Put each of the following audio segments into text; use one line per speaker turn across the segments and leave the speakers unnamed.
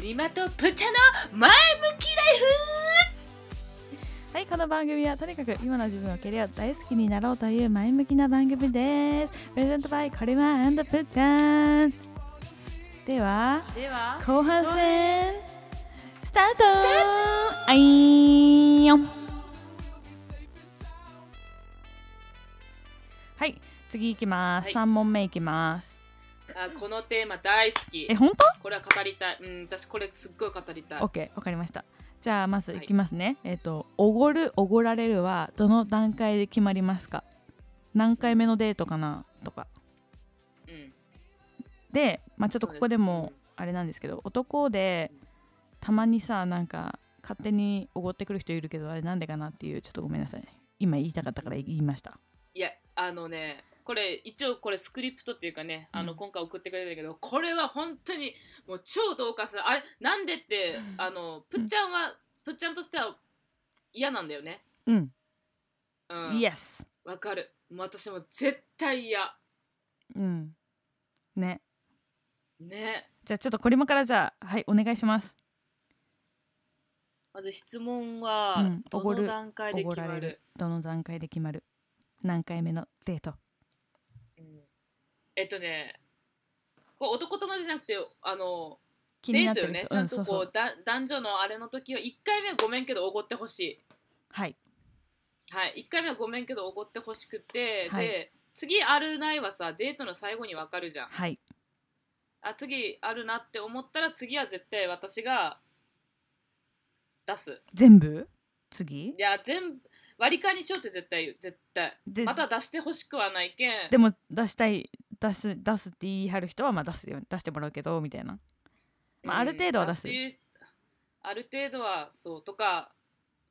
プチャの前向きライ
はい、この番組はとにかく今の自分を蹴りを大好きになろうという前向きな番組です。プレゼントバイカリマプッチャン。では、
フでは
後半戦、スタートあいよんはい、次行きます。
はい
三問目行きます。
あこのテーマ大好き
え、本
これは語りたいうん私これすっごい語りたい
当オッケー、わかりました。じゃあ、まず行きますね。えっ、と、おごる、おごられるは、どの段階で決まりますか何回目のデートかなとか。
うん
で、まあ、ちょっとここで
そう
も
です
あれなんですけど男でたまにさなんか勝手におごってくる人いるけどあれなんでかなっていうちょっとごめんなさい今言いたかったから言いました
いやあのねこれ一応これスクリプトっていうかねあの
うん
今回送ってくれたけど、これは本当にもう超同化するあれなんでってあのプッチャンはプッチャンとしては嫌なんだよね
うん、
うん
イエス
わかるもう私も絶対嫌
うんね
ね
じゃあちょっとこれもからじゃあはいお願いします
まず質問
う
は
ん
ど
おご
の
る
段階
お
で
ご
決
ら
ま
れ
る
る,、どの段階で決まる何回目のデート
うんえっとねこう男友達じゃなくてあの
気
デートよね
人
ちゃんとこ
う
う,、
ん、そうそう
だ男女のあれの時は1回目はごめんけどおごってほしい
はい
はい、1回目はごめんけどおごってほしくて、
はい
で次あるないはさデートの最後にわかるじゃん
はい
あ次あるなって思ったら次は絶対私が出す
全部次
いや全部割り勘にしようって絶対言う絶対
で
また出してほしくはないけん
でも出したい出す出すって言い張る人はまあ出すよ出してもらうけどみたいなまあある程度は出す
っていうある程度はそうとか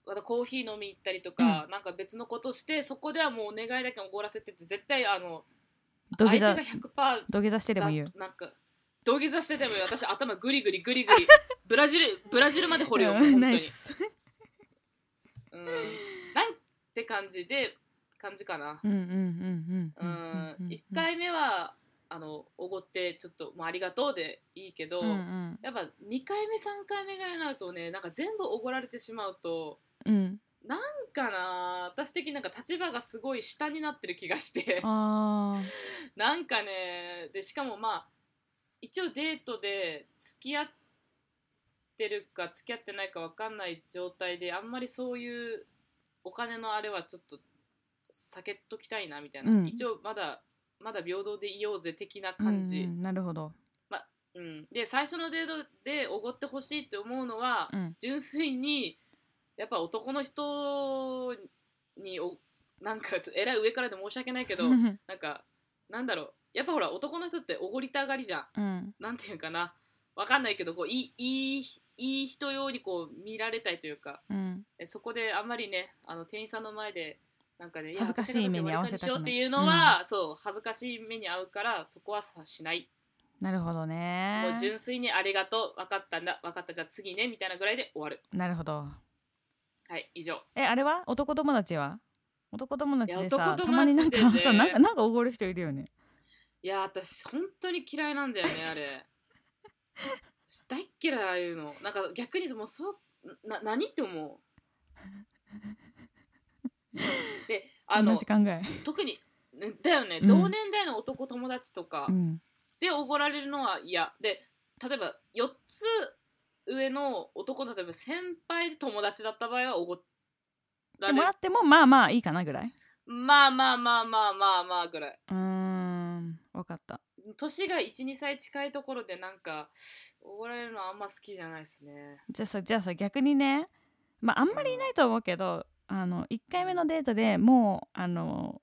またコーヒー飲み行ったりとか、なんか別のことしてそこではもうお願いだけおごらせてって絶対あの
土
相
下
手
座
が100%
土下座してでも言う
だなんか土下座してでもよ私頭グリグリグリグ リブラジルブラジルまで掘るよ、
うん
本当に、
ナイス
うん、なんて感じで感じかな
うんうんうん
う
うんんうんうんうん
1回目はあのおごってちょっともうありがとうでいいけど、
うんうん
やっぱ2回目3回目ぐらいになるとねなんか全部おごられてしまうと
うん
なんかな私的になんか立場がすごい下になってる気が して
あ
なんかねでしかもまあ一応デートで付き合ってるか付き合ってないか分かんない状態であんまりそういうお金のあれはちょっと避けときたいなみたいな、
うん
一応まだまだ平等でいようぜ的な
ー
感じ、
うんうんなるほど
うん、で最初のデートでおごってほしいって思うのは、
うん
純粋にやっぱ男の人におなんかちょっとえらい上からで申し訳ないけど
うん
なんかなんだろうやっぱほら男の人っておごりたがりじゃん
うん
なんていうかなわかんないけどこういいいいいい人用にこう見られたいというか
うん
えそこであんまりねあの店員さんの前でなんかね
恥ずかしい目に遭わせたくない
や私がどうせ割り勘にしようっていうのは、そう恥ずかしい目に遭うからそこはさしない
なるほど
も
ね
う純粋にありがとう、分かったんだ、分かった、じゃあ次ね、みたいなぐらいで終わる。
なるほど
はい、以上。
えあれは男友達は男友達で
いや
さ
男友達
たまになんか
でね
さなんかなんかおごる人いるよね
いやー、私、本当に嫌いなんだよね、あれ。私大っ嫌い、ああいうの。なんか逆に、もうそう、な、何って思う。で、あ
同
の
じ、考え
特に、ねだよね、
うん
同年代の男友達とか
うん
でおごられるのは嫌。で、例えば、4つ上の男、例えば先輩で友達だった場合はおごら
で
れる
もらってもまあまあいいかなぐらい
まあまあまあまあまあまあぐらいう
ーんわかった
年が12歳近いところでなんかおごられるのあんま好きじゃないですね
じゃあさじゃあさ逆にねまああんまりいないと思うけど、あの1回目のデートでもうあの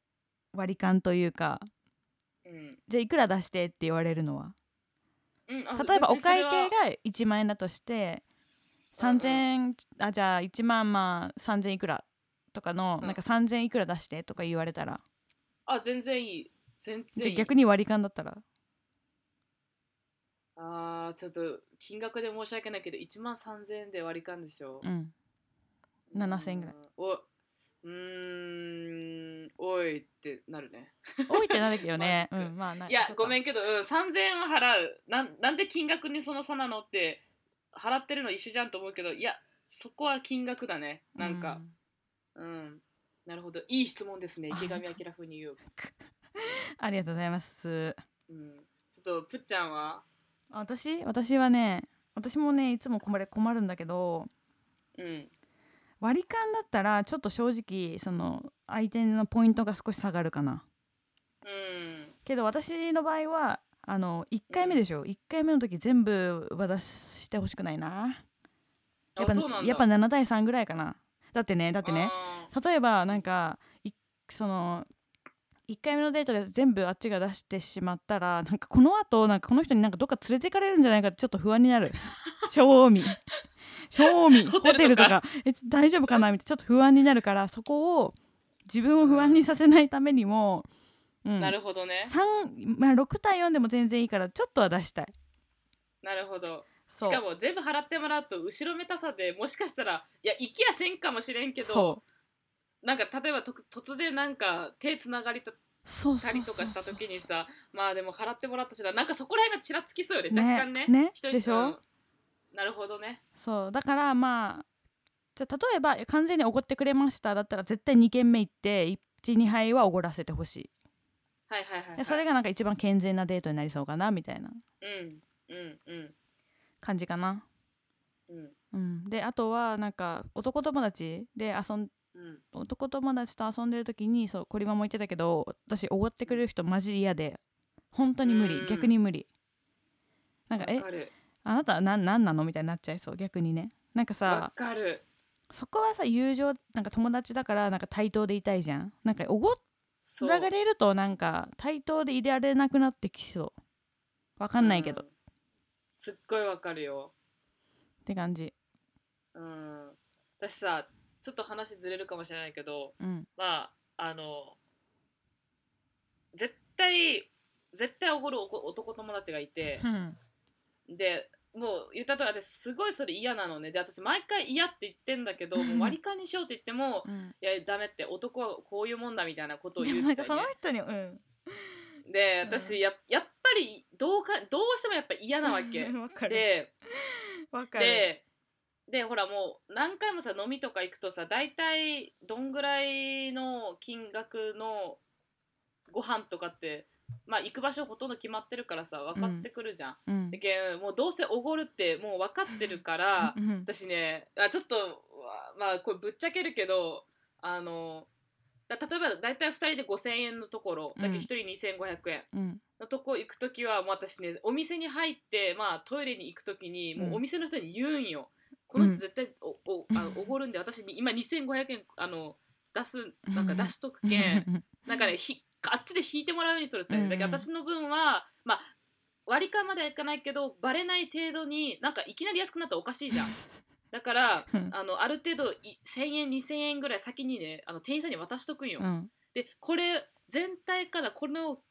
割り勘というか
うん、
じゃあいくら出してって言われるのは
うん、あ
例えばお
別にそ
会
れは
計が1万円だとして
うんうん
3,000円、あじゃあ1万まあ3,000いくらとかの、
うん
なんか3,000いくら出してとか言われたら
あ全然いい全
じ
然
ゃあ
いい
逆に割り勘だったら
あーちょっと金額で申し訳ないけど1万3000円で割り勘でしょ
う、ん7000円ぐらい
うんおうーんおいってなるね
多いってなるけどね
マジ
う
か
ん まあない
やごめ
ん
んけど、うん、3000円は払うなんなんで金額にその差なのって払ってるの一緒じゃんと思うけどいやそこは金額だねなんか、うん、なるほどいい質問ですね池上彰風に言う、
ありがとうございます
うん、ちょっとぷっちゃんは
あ私私はね私もねいつも困れ困るんだけど
うん
割り勘だったらちょっと正直その相手のポイントが少し下がるかな
うん
けど私の場合はあの1回目でしょ、1回目の時全部渡してほしくないなや
あ
っぱ
そうなんだ
やっぱ7対3ぐらいかなだってねだってね
あ
例えばなんかいその1回目のデートで全部あっちが出してしまったらなんかこのあとこの人になんかどっか連れていかれるんじゃないかってちょっと不安に なる正味正味
ホ
ホ
テ
テ
ル
ル
と
と
か
かえちょ大丈夫かなみたいなちょっと不安になるからそこを自分を不安にさせないためにも、うん
ーなるほどね
3まあ、6対4でも全然いいからちょっとは出したい
なるほど
そ
し
う
かも全部払ってもらうと後ろめたさでもしかしたらいや行きやせんかもしれんけど
そう
なんか例えばと突然なんか手つながりと
そう
たりとかした
そうそう
時にさまあでも払ってもらったしななんかそこら辺がちらつきそうよね
ね
若干ね
ね
人に
でしょ
うんなるほどね
そうだからまあじゃあ例えば完全におごってくれましただったら絶対2軒目行って12杯はおごらせてほしい、
はいはいはい、はい
で、それがなんか一番健全なデートになりそうかなみたいな
うんうんうん
感じかな、
うん
うん、であとはなんか男友達で遊ん
うん
男友達と遊んでる時にそうコリマも言ってたけど私おごってくれる人マジ嫌で本当に無
うん
理逆に無理なんか
わ
え
かる
あなたは何なんなのみたいになっちゃいそう逆にねなんかさ
わかる
そこはさ友情なんか友達だからなんか対等でいたいじゃんなんかおご
そ
られるとなんか対等でいられなくなってきそうわかんないけど、
うすっごいわかるよ
って感じ
うん私さちょっと話ずれるかもしれないけど
うん
まああの絶対絶対おごるおこ男友達がいて
うん
でもう言ったとおり私すごいそれ嫌なのねで私毎回嫌って言ってんだけ どもう割り勘にしようって言っても
うん
いやダメって男はこういうもんだみたいなことを
で
言
も
う
なん
て
か
た
そ
よ
の
ね
人にうん
で
うん
私ややっぱりどうかどうしてもやっぱ嫌なわけ
わかる
で
わかる
ででほらもう何回もさ飲みとか行くとさ大体どんぐらいの金額のご飯とかってまあ行く場所ほとんど決まってるからさ分かってくるじゃん。
うん
でけんもうどうせおごるってもう分かってるから
うん
私ねあちょっとわまあこれぶっちゃけるけどあのだ例えば大体2人で5,000円のところだけど
うん
1人2,500円
うん
のとこ行く時はもう私ねお店に入って、まあ、トイレに行く時にもううんお店の人に言うんよ、この人
うん
絶対おおあのおごるんで私に今2500円あの出すなんか
うん
出しとくけん なんかねひあっちで引いてもらうようにするんですよ、
うん
だけど私の分はまあ割り勘まではいかないけどバレない程度になんかいきなり安くなったらおかしいじゃんだから
うん
あのある程度い1000円2000円ぐらい先にねあの店員さんに渡しとくんよ、
うん
でこれ全体からこの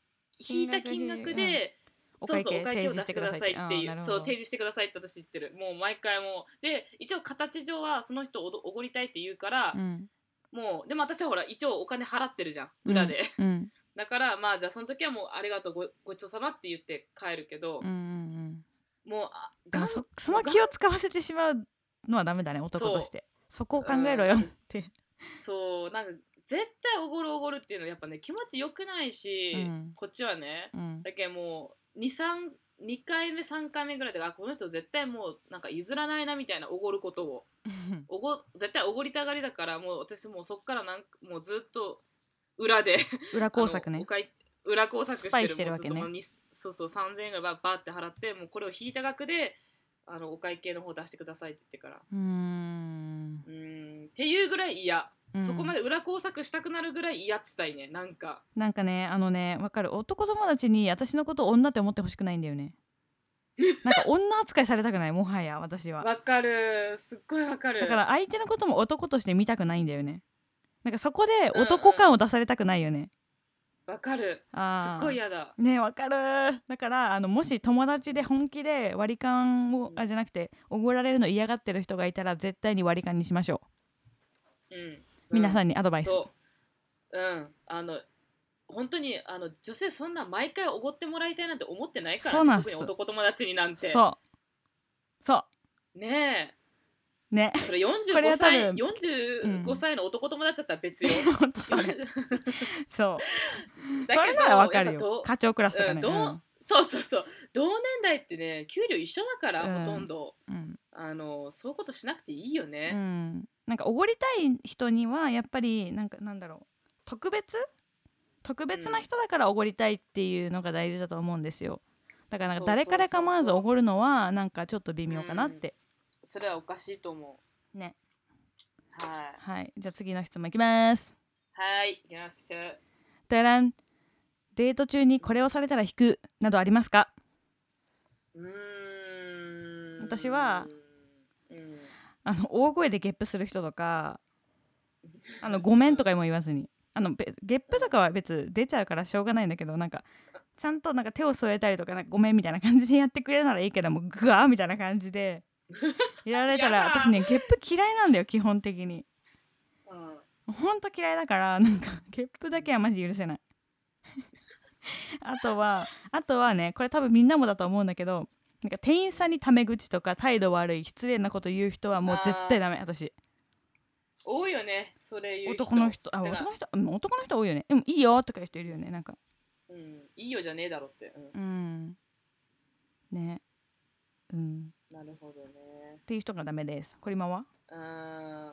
引いた金額で、
うん
そうそうお
お
会
会
計
計
を
を
出して
提示し
く
てく
だ
だ
さ
さ
い
い
ってい
あ
う
ーなるほど
そう提示してくださいって私言ってるもう毎回もうで一応形上はその人おどおごりたいって言うから、
うん
もうでも私はほら一応お金払ってるじゃん裏で、
うん
だからまあじゃあその時はもうありがとうごごちそうさまって言って帰るけど、
うんうん
もうあ
で
が
も
ん
そその気を使わせてしまうのはダメだね男としてそこを考えろよ
う
っ
ん
て
そうなんか絶対おごるおごるっていうのはやっぱね気持ちよくないし、
うん
こっちはね
うん
だけどもう23 2回目3回目ぐらいであこの人絶対もうなんか譲らないなみたいなおごることをおご絶対おごりたがりだからもう私もうそっからなんかもうずっと裏で
裏工作
あのお
ね
会裏工作
スパ
し
イ
て
し
る
てる
もう
わ
ず
け
っ
ね
ともうにそうそう3000円ぐらいバーバーって払ってもうこれを引いた額であのお会計の方出してくださいって言ってから
うーん
うーんっていうぐらい嫌、
うん
そこまで裏工作したくなるぐらい嫌っつったいねなんか
なんかねあのねわかる男友達に私のことを女って思ってほしくないんだ よねなんか女扱いされたくないもはや私は
わかるすっごいわかる
だから相手のことも男として見たくないんだよねなんかそこで
うんうん
男感を出されたくないよね、
わかるす
あー
っごい嫌だ
ねわかるだからあのもし友達で本気で割り勘をあじゃなくておごられるの嫌がってる人がいたら絶対に割り勘にしましょ
うん
う皆さ
ん
んにアドバイス、
そううんあの本当にあの女性そんな毎回おごってもらいたいなんて思ってないから、ね、
そうなんす
特に男友達になんて
そうそう
ね
ね
えそれ
これ
45
は多
歳
分う
45
ん
歳の男友達だったら別よ
本当それそう
だ
それならわか
や
る
っぱど
よ課長クラスとか
うん
ね
どうそうそうそう同年代ってね給料一緒だから、
う
ほ
ん
とんど
うんうん
あのそういうことしなくていいよ
う
ね、
ん、なんかおごりたい人にはやっぱりなんかなんだろう特別特別な人だからおごりたいっていうのが大事だと思うんですよだからなんか誰から構わずおごるのはなんかちょっと微妙かなって、
それはおかしいと思う
ね
はい
はいじゃあ次の質問いきます
はいいきます
だらんデート中にこれをされたら引くなどありますか
うーん
私は
うん
あの大声でゲップする人とかあのごめんとかも言わずにあのべゲップとかは別出ちゃうからしょうがないんだけどなんかちゃんとなんか手を添えたりとかなんかごめんみたいな感じでやってくれるならいいけどもうグワーみたいな感じでやられたら
やだ
私ねゲップ嫌いなんだよ基本的に
うん
ほんと嫌いだからなんかゲップだけはマジ許せないあとはあとはねこれ多分みんなもだと思うんだけどなんか店員さんにタメ口とか態度悪い失礼なこと言う人はもう絶対ダメ私
多いよねそれ言う人
男の人あ
だから
男の人うん男の人多いよねでもいいよとかいう人いるよねなんか
うん、いいよじゃねえだろって、うん
うんねうん
なるほどね
っていう人がダメですこれ今は
うん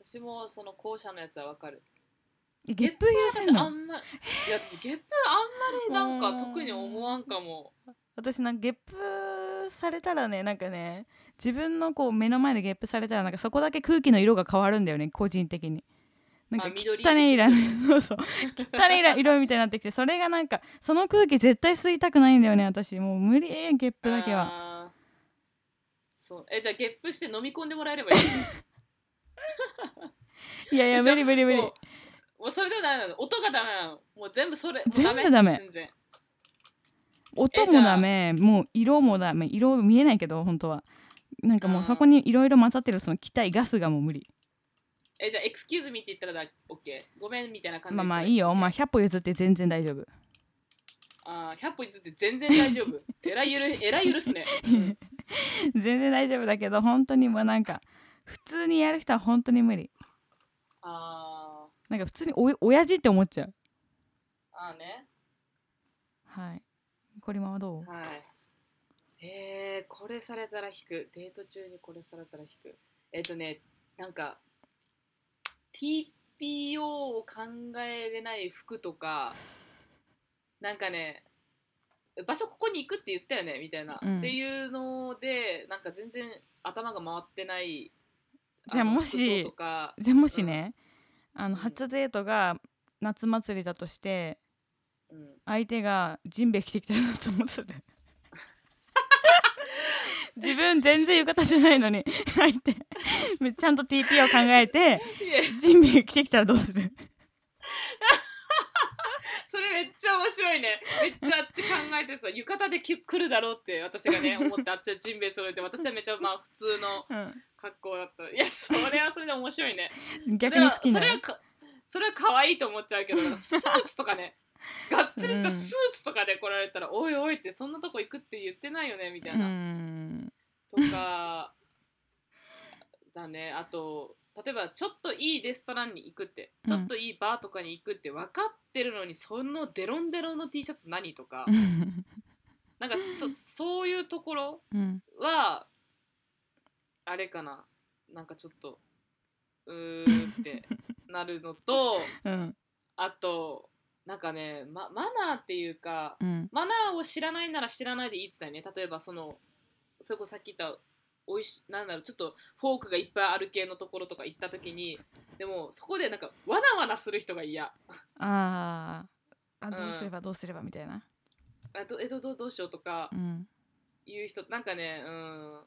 私もその後者のやつはわかる
え
ゲ
ゲ
ッ
ッ
プ
プ
は
優
私
先な
あ
の
んまいや私ゲップあんまりなんか
うん
特に思わんかも
私なんかゲップされたらねなんかね自分のこう目の前でゲップされたらなんかそこだけ空気の色が変わるんだよね個人的になんか
あ
汚
緑色
ね色 そうそう汚ね色色みたいになってきてそれがなんかその空気絶対吸いたくないんだよね私もう無理ゲップだけは
あーそうえじゃあゲップして飲み込んでもらえればいい
いやい
で
や
し
無
ょ
理無理無理
もうもうそれではダメなの音がダメなのもう全部それもう
全部ダメ
全然
音もダメもう色もダメ色見えないけど本当はなんかも
あ
う
ー
そこにいろいろ混ざってるその気体ガスがもう無理
えじゃあ「エクスキューズミ」って言ったらだ OK ごめんみたいな感じ
ま
で
あまあいいよまあ100歩譲って全然大丈夫
あー100歩譲って全然大丈夫 えらいゆるえらい許す ね、うん
全然大丈夫だけど本当にもうなんか普通にやる人は本当に無理
あー
なんか普通にお親父って思っちゃう
あーね
はいこれまはどう
はい。えー、これされたら引く。デート中にこれされたら引く。えっ、とね、なんか、TPO を考えれない服とか、なんかね、場所ここに行くって言ったよねみたいな、
うん
っていうので、なんか全然頭が回ってない。
じゃあ
の
もし
服装とか、
じゃあもしね、あの
うん
初デートが夏祭りだとして
うん、
相手がジンベエ着てきたらどうする自分全然浴衣じゃないのに相手ちゃんと TP を考えて
いや
ジンベエ着てきたらどうする
それめっちゃ面白いねめっちゃあっち考えてさ浴衣でき来るだろうって私が ね思ってあっちはジンベエ揃えて私はめっちゃまあ普通の格好だったいやそれはそれで面白いね
うん、逆に好き
そ
な
れはそれはかそれは可愛いと思っちゃうけどなんかスーツとかねがっつりし
う
た
ん
スーツとかで来られたら「おいおい」ってそんなとこ行くって言ってないよねみたいうな、
ん
とかだねあと例えばちょっといいレストランに行くってちょっといいバーとかに行くって分かってるのにそのデロンデロンの T シャツ何とかなんかそそういうところ
うん
はあれかななんかちょっとうーってなるのと
うん
あとなんかね、ま、マナーっていうか
うん
マナーを知らないなら知らないでいいって言ってたよね例えばそのそれこそさっき言ったおいしなんだろうちょっとフォークがいっぱいある系のところとか行った時にでもそこでなんかわなわなする人が嫌
あーあ
ん
どうすればどうすればみたいな、
あどえどどどうしようとか
うん、
いう人なんかねうん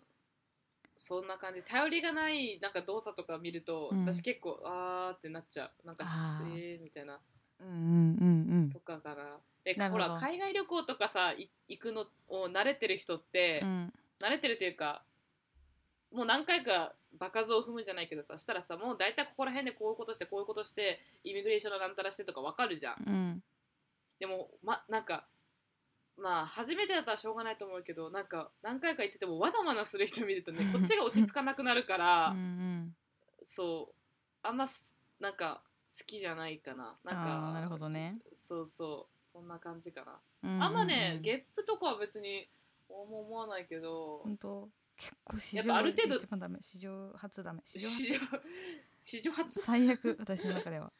そんな感じ頼りがないなんか動作とか見ると、
うん
私結構あーってなっちゃうなんかし
あー
えーみたいな
うんうんうん
とかかなで
なる
ほ
ほど
ら海外旅行とかさい行くのを慣れてる人って、
うん
慣れてるっていうかもう何回か場数を踏むじゃないけどさしたらさもう大体ここら辺でこういうことしてこういうことしてイミグレーションのなんたらしてとかわかるじゃん
うん
でもまなんかまあ初めてだったらしょうがないと思うけどなんか何回か行っててもわだわだする人見るとね こっちが落ち着かなくなるか
う
ら、
ん
そうあんますなんか好きじゃないかななん
あ
か
ーなるほどね
ちそうそうそんな感じかな、
うんうん
あんまね
ッ
ゲップとかは別に思思わないけど
本当結構史
やっ
上
ぱある程度
一番ダメ史上初ダメ史
史
上
上史上初
最悪私の中では、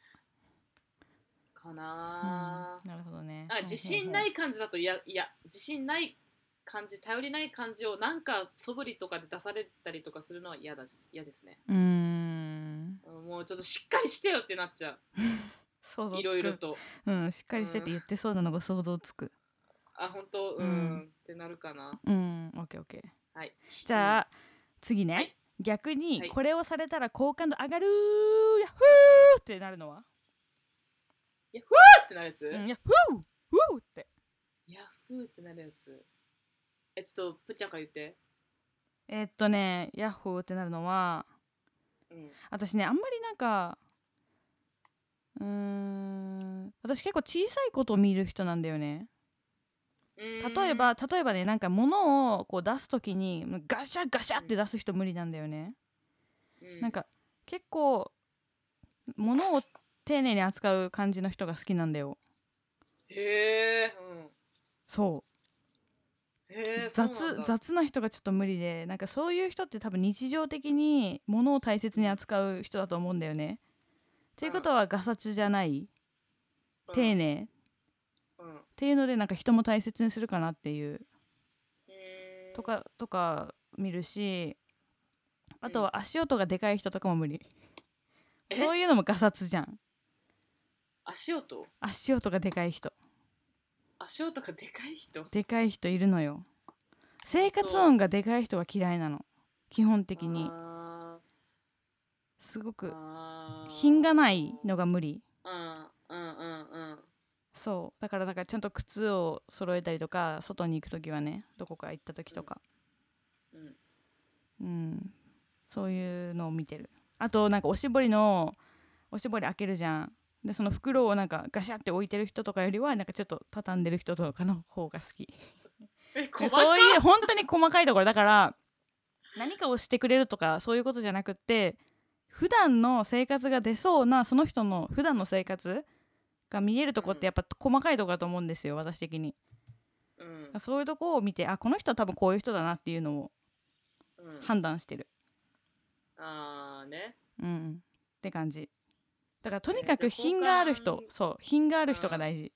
か
うん
な、
なるほどね
あ自信ないい感じだといやいや自信ない感じ頼りない感じをなんか素振りとかで出されたりとかするのは嫌だし嫌ですね
うーん
うんもうちょっとしっかりしてよってなっちゃ
想像つ
う
く
いろいろと
うんしっかりしてって言ってそうなのが想像つく
あ本当うん、
うん
ってなるかな
うんオッケーオッケー
はい
じ
あ、
ゃあ、次ね、
はい
逆に
はい
これをされたら好感度上がるーヤッホーってなるのは、
うんってなるやつ、
うん、ヤッホーウォーって
ヤッフーってなるやつえちょっとプッちゃんから言って
えーっとねヤッホーってなるのは
うん
私ねあんまりなんかうーん私結構小さいことを見る人なんだよね例えば例えばねなんか物をこう出す時にガシャガシャって出す人無理なんだよね、なんか結構物を丁寧に扱う感じの人が好きなんだよ
へえ、うん
そう
へえそうなん
雑
だ
雑な人がちょっと無理でなんかそういう人って多分日常的に物を大切に扱う人だと思うんだよね。っていうことはガサツじゃない丁、寧っ
うんうん
ていうのでなんか人も大切にするかなっていう
えー
とかとか見るしあとは足音がでかい人とかも無理
え
そういうのもガサツじゃん
足音
足音がでかい人
足音がでかい人
でかい人いるのよ生活音がでかい人は嫌いなの基本的に
あ
すご
ー
く
あー
品がないのが無理
うんうんうんうん
そうだからなんかちゃんと靴を揃えたりとか外に行く時はねどこか行った時とか、
うん
うんそういうのを見てるあとなんかおしぼりのおしぼり開けるじゃんでその袋をなんかガシャって置いてる人とかよりはなんかちょっと畳んでる人とかの方が好き
え
で
細か
そういう本当に細かいところだから何かをしてくれるとかそういうことじゃなくって普段の生活が出そうなその人の普段の生活が見えるとこってやっぱ細かいとこだと思うんですよ私的に
うん
そういうとこを見てあこの人は多分こういう人だなっていうのを
うん
判断してる
あーね
うん、って感じだからとにか
えーじゃ
く
あ
品がある
好
人
感
そう品がある人が大事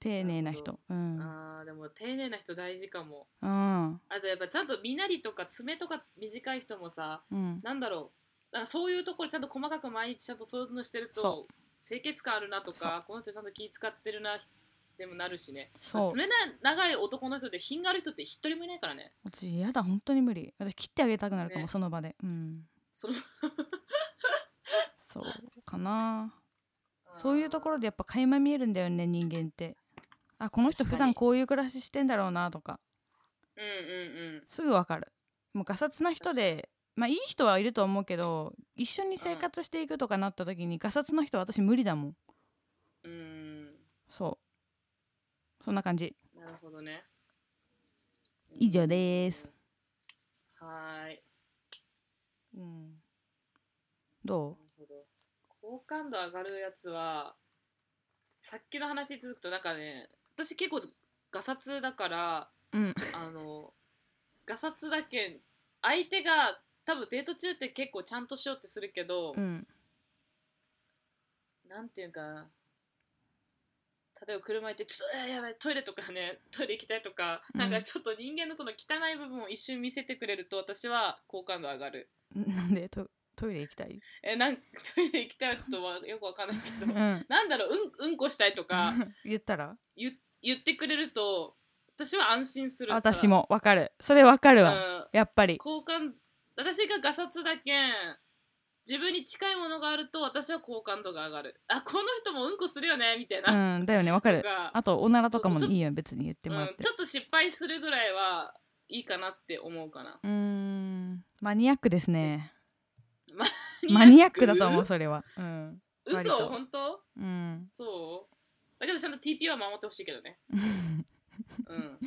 丁寧
な
な
る
人うん
あーでも丁寧な人大事かも
うん
あとやっぱちゃんと身なりとか爪とか短い人もさ
うん
なんだろうなんかそういうところちゃんと細かく毎日ちゃんとそういうのしてると
そ
清潔感あるなと
そ
かこの人ちゃんと気使ってるなでもなるしね
そう
爪な長い男の人で品がある人って一人もいないからね
私嫌だ本当に無理私切ってあげたくなるかも、
ね
その場でうん
その
そうかなそういうところでやっぱ垣間見えるんだよね人間ってあこの人
確か
普
に
段こういう暮らししてんだろうなとか
うんうんうん
すぐわかるもうガサツな人でまあいい人はいると思うけど一緒に生活していくとかなった時に、ガサツな人は私無理だもん
うーん
そうそんな感じ
なるほどね。
以上です。
はーい。
う
な
んど
るほど。好感度上がるやつは、さっきの話に続くと、なんかね、私結構ガサツだから、
ううん
あの、ガサツだけん、相手が、多分デート中って結構ちゃんとしようってするけど、
うん
なんていうかな例えば車行ってちょっとあやばいトイレとかね トイレ行きたいとか、
うん
なんかちょっと人間のその汚い部分を一瞬見せてくれると私は好感度上がる
なん でトトイレ行きたい
えなん トイレ行きたいはちょっとわよくわかんないけ
う
ど
ん
なんだろううんうんこしたいとか
言ったら
言言ってくれると私は安心する
私、もわかるそれわかる
う
わ、
ん、
やっぱり
好感私がガサツだけん自分に近いものがあると私は好感度が上がるあこの人もうんこするよねみたいな、
うんだよねわか
と
る
か
あとおならとかも
そうそうちょ
いいよ別に言ってもらっ
うん、
て
ちょっと失敗するぐらいはいいかなって思うかな
うーんマニアックですね マ
マ
ニアックだと思うそれはうん割
嘘
と
本当
うん
そうだけどちゃんと TP は守ってほしいけどねうん、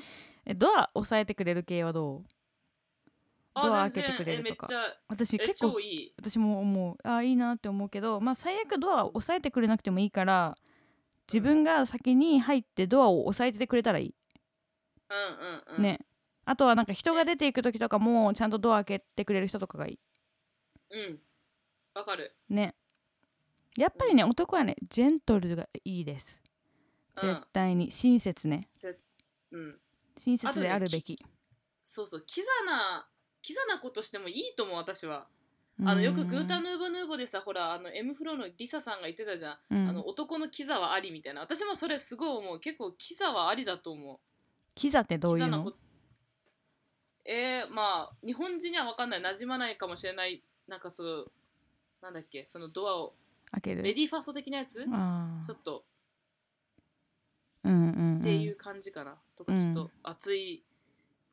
えドア押さえてくれる系はどう
あ
ドア
全然
開けてくれるとか
え
私
めっちゃえ
結構
超いい
私も思うあいいなって思うけどまあ最悪ドアを押さえてくれなくてもいいから自分が先に入ってドアを押さえててくれたらいい、
うんうんうん
ねあとはなんか人が出ていく時とかもちゃんとドア開けてくれる人とかがいい
うんわかる
ねやっぱりね男はねジェントルがいいです
う
絶
ん
対に親切ね
うん
親切であるべき
そうそうキザなキザなことしてもいいと思う私はあのよくグータヌーボヌーボでさほらあの M フローのリサさんが言ってたじゃん、
うん
あの男のキザはありみたいな私もそれすごい思う結構キザはありだと思う
キザってどういう
キザな
の
ことえー、まあ日本人には分かんない馴染まないかもしれないなんかそうなんだっけそのドアを
開ける
レディーファースト的なやつ、
あ
ちょっと
あうんうんうん
っていう感じかな、と
う
か
ん
ちょっと熱い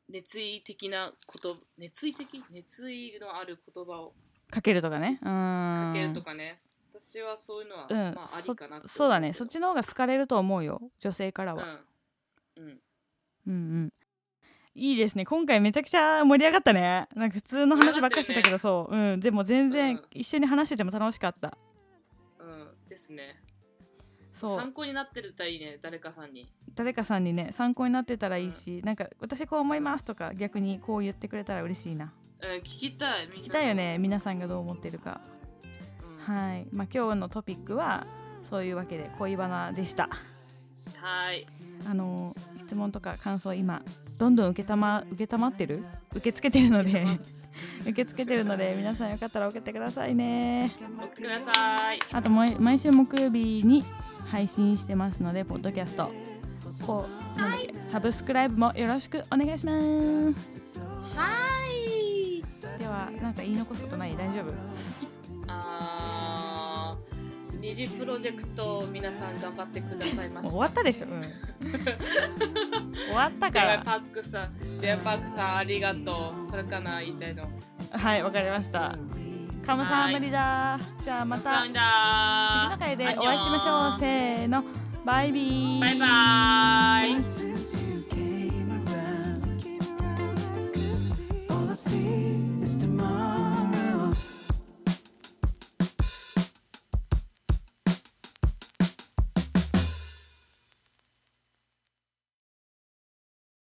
熱意的なこと熱意的熱意のある言葉を
かけるとかねか
かけるとかね、私はそういうのは、
うん
まあありかなって思けど
そうだねそっちの方が好かれると思うよ女性からは、
うん、うん、
うん、うんいいですね今回めちゃくちゃ盛り上がったねなんか普通の話ばっかりしてたけど、そううんでも全
う
然
ん
一緒に話してても楽しかった、
うん、ですね
そう
参考になってるたらいいね誰かさんに
誰かさんにね参考になってたらいいし、なんか私こう思いますとか逆にこう言ってくれたら嬉しいな
うん聞きたい聞
聞きたいよね皆さんがどう思ってるか
うん
はいまあ今日のトピックはそういうわけで恋バナでした
はい
あの質問とか感想今どんどん受けたま受けたまってる受け付けてるので 受け付けてるので皆さんよかったら送ってくださいね
送ってください
あともう毎週木曜日に配信してますのでポッドキャストこうなんだっけサブスクライブもよろしくお願いします
はい
ではなんか言い残すことない大丈夫
あー二次プロジェクト皆さん頑張ってくださいま
もう
した
終わったでしょ、うん、終わった
ジ
か
ェ イパ
ら
ックさん、ジェイパックさんありがとう。それかな言いたいの。
はいわかりましたカムサハムリだじゃあまた
サウンダ
次
ー。
の回でお会いしましょうせーのバイビー
バイバーイ。
Since you came around, all I see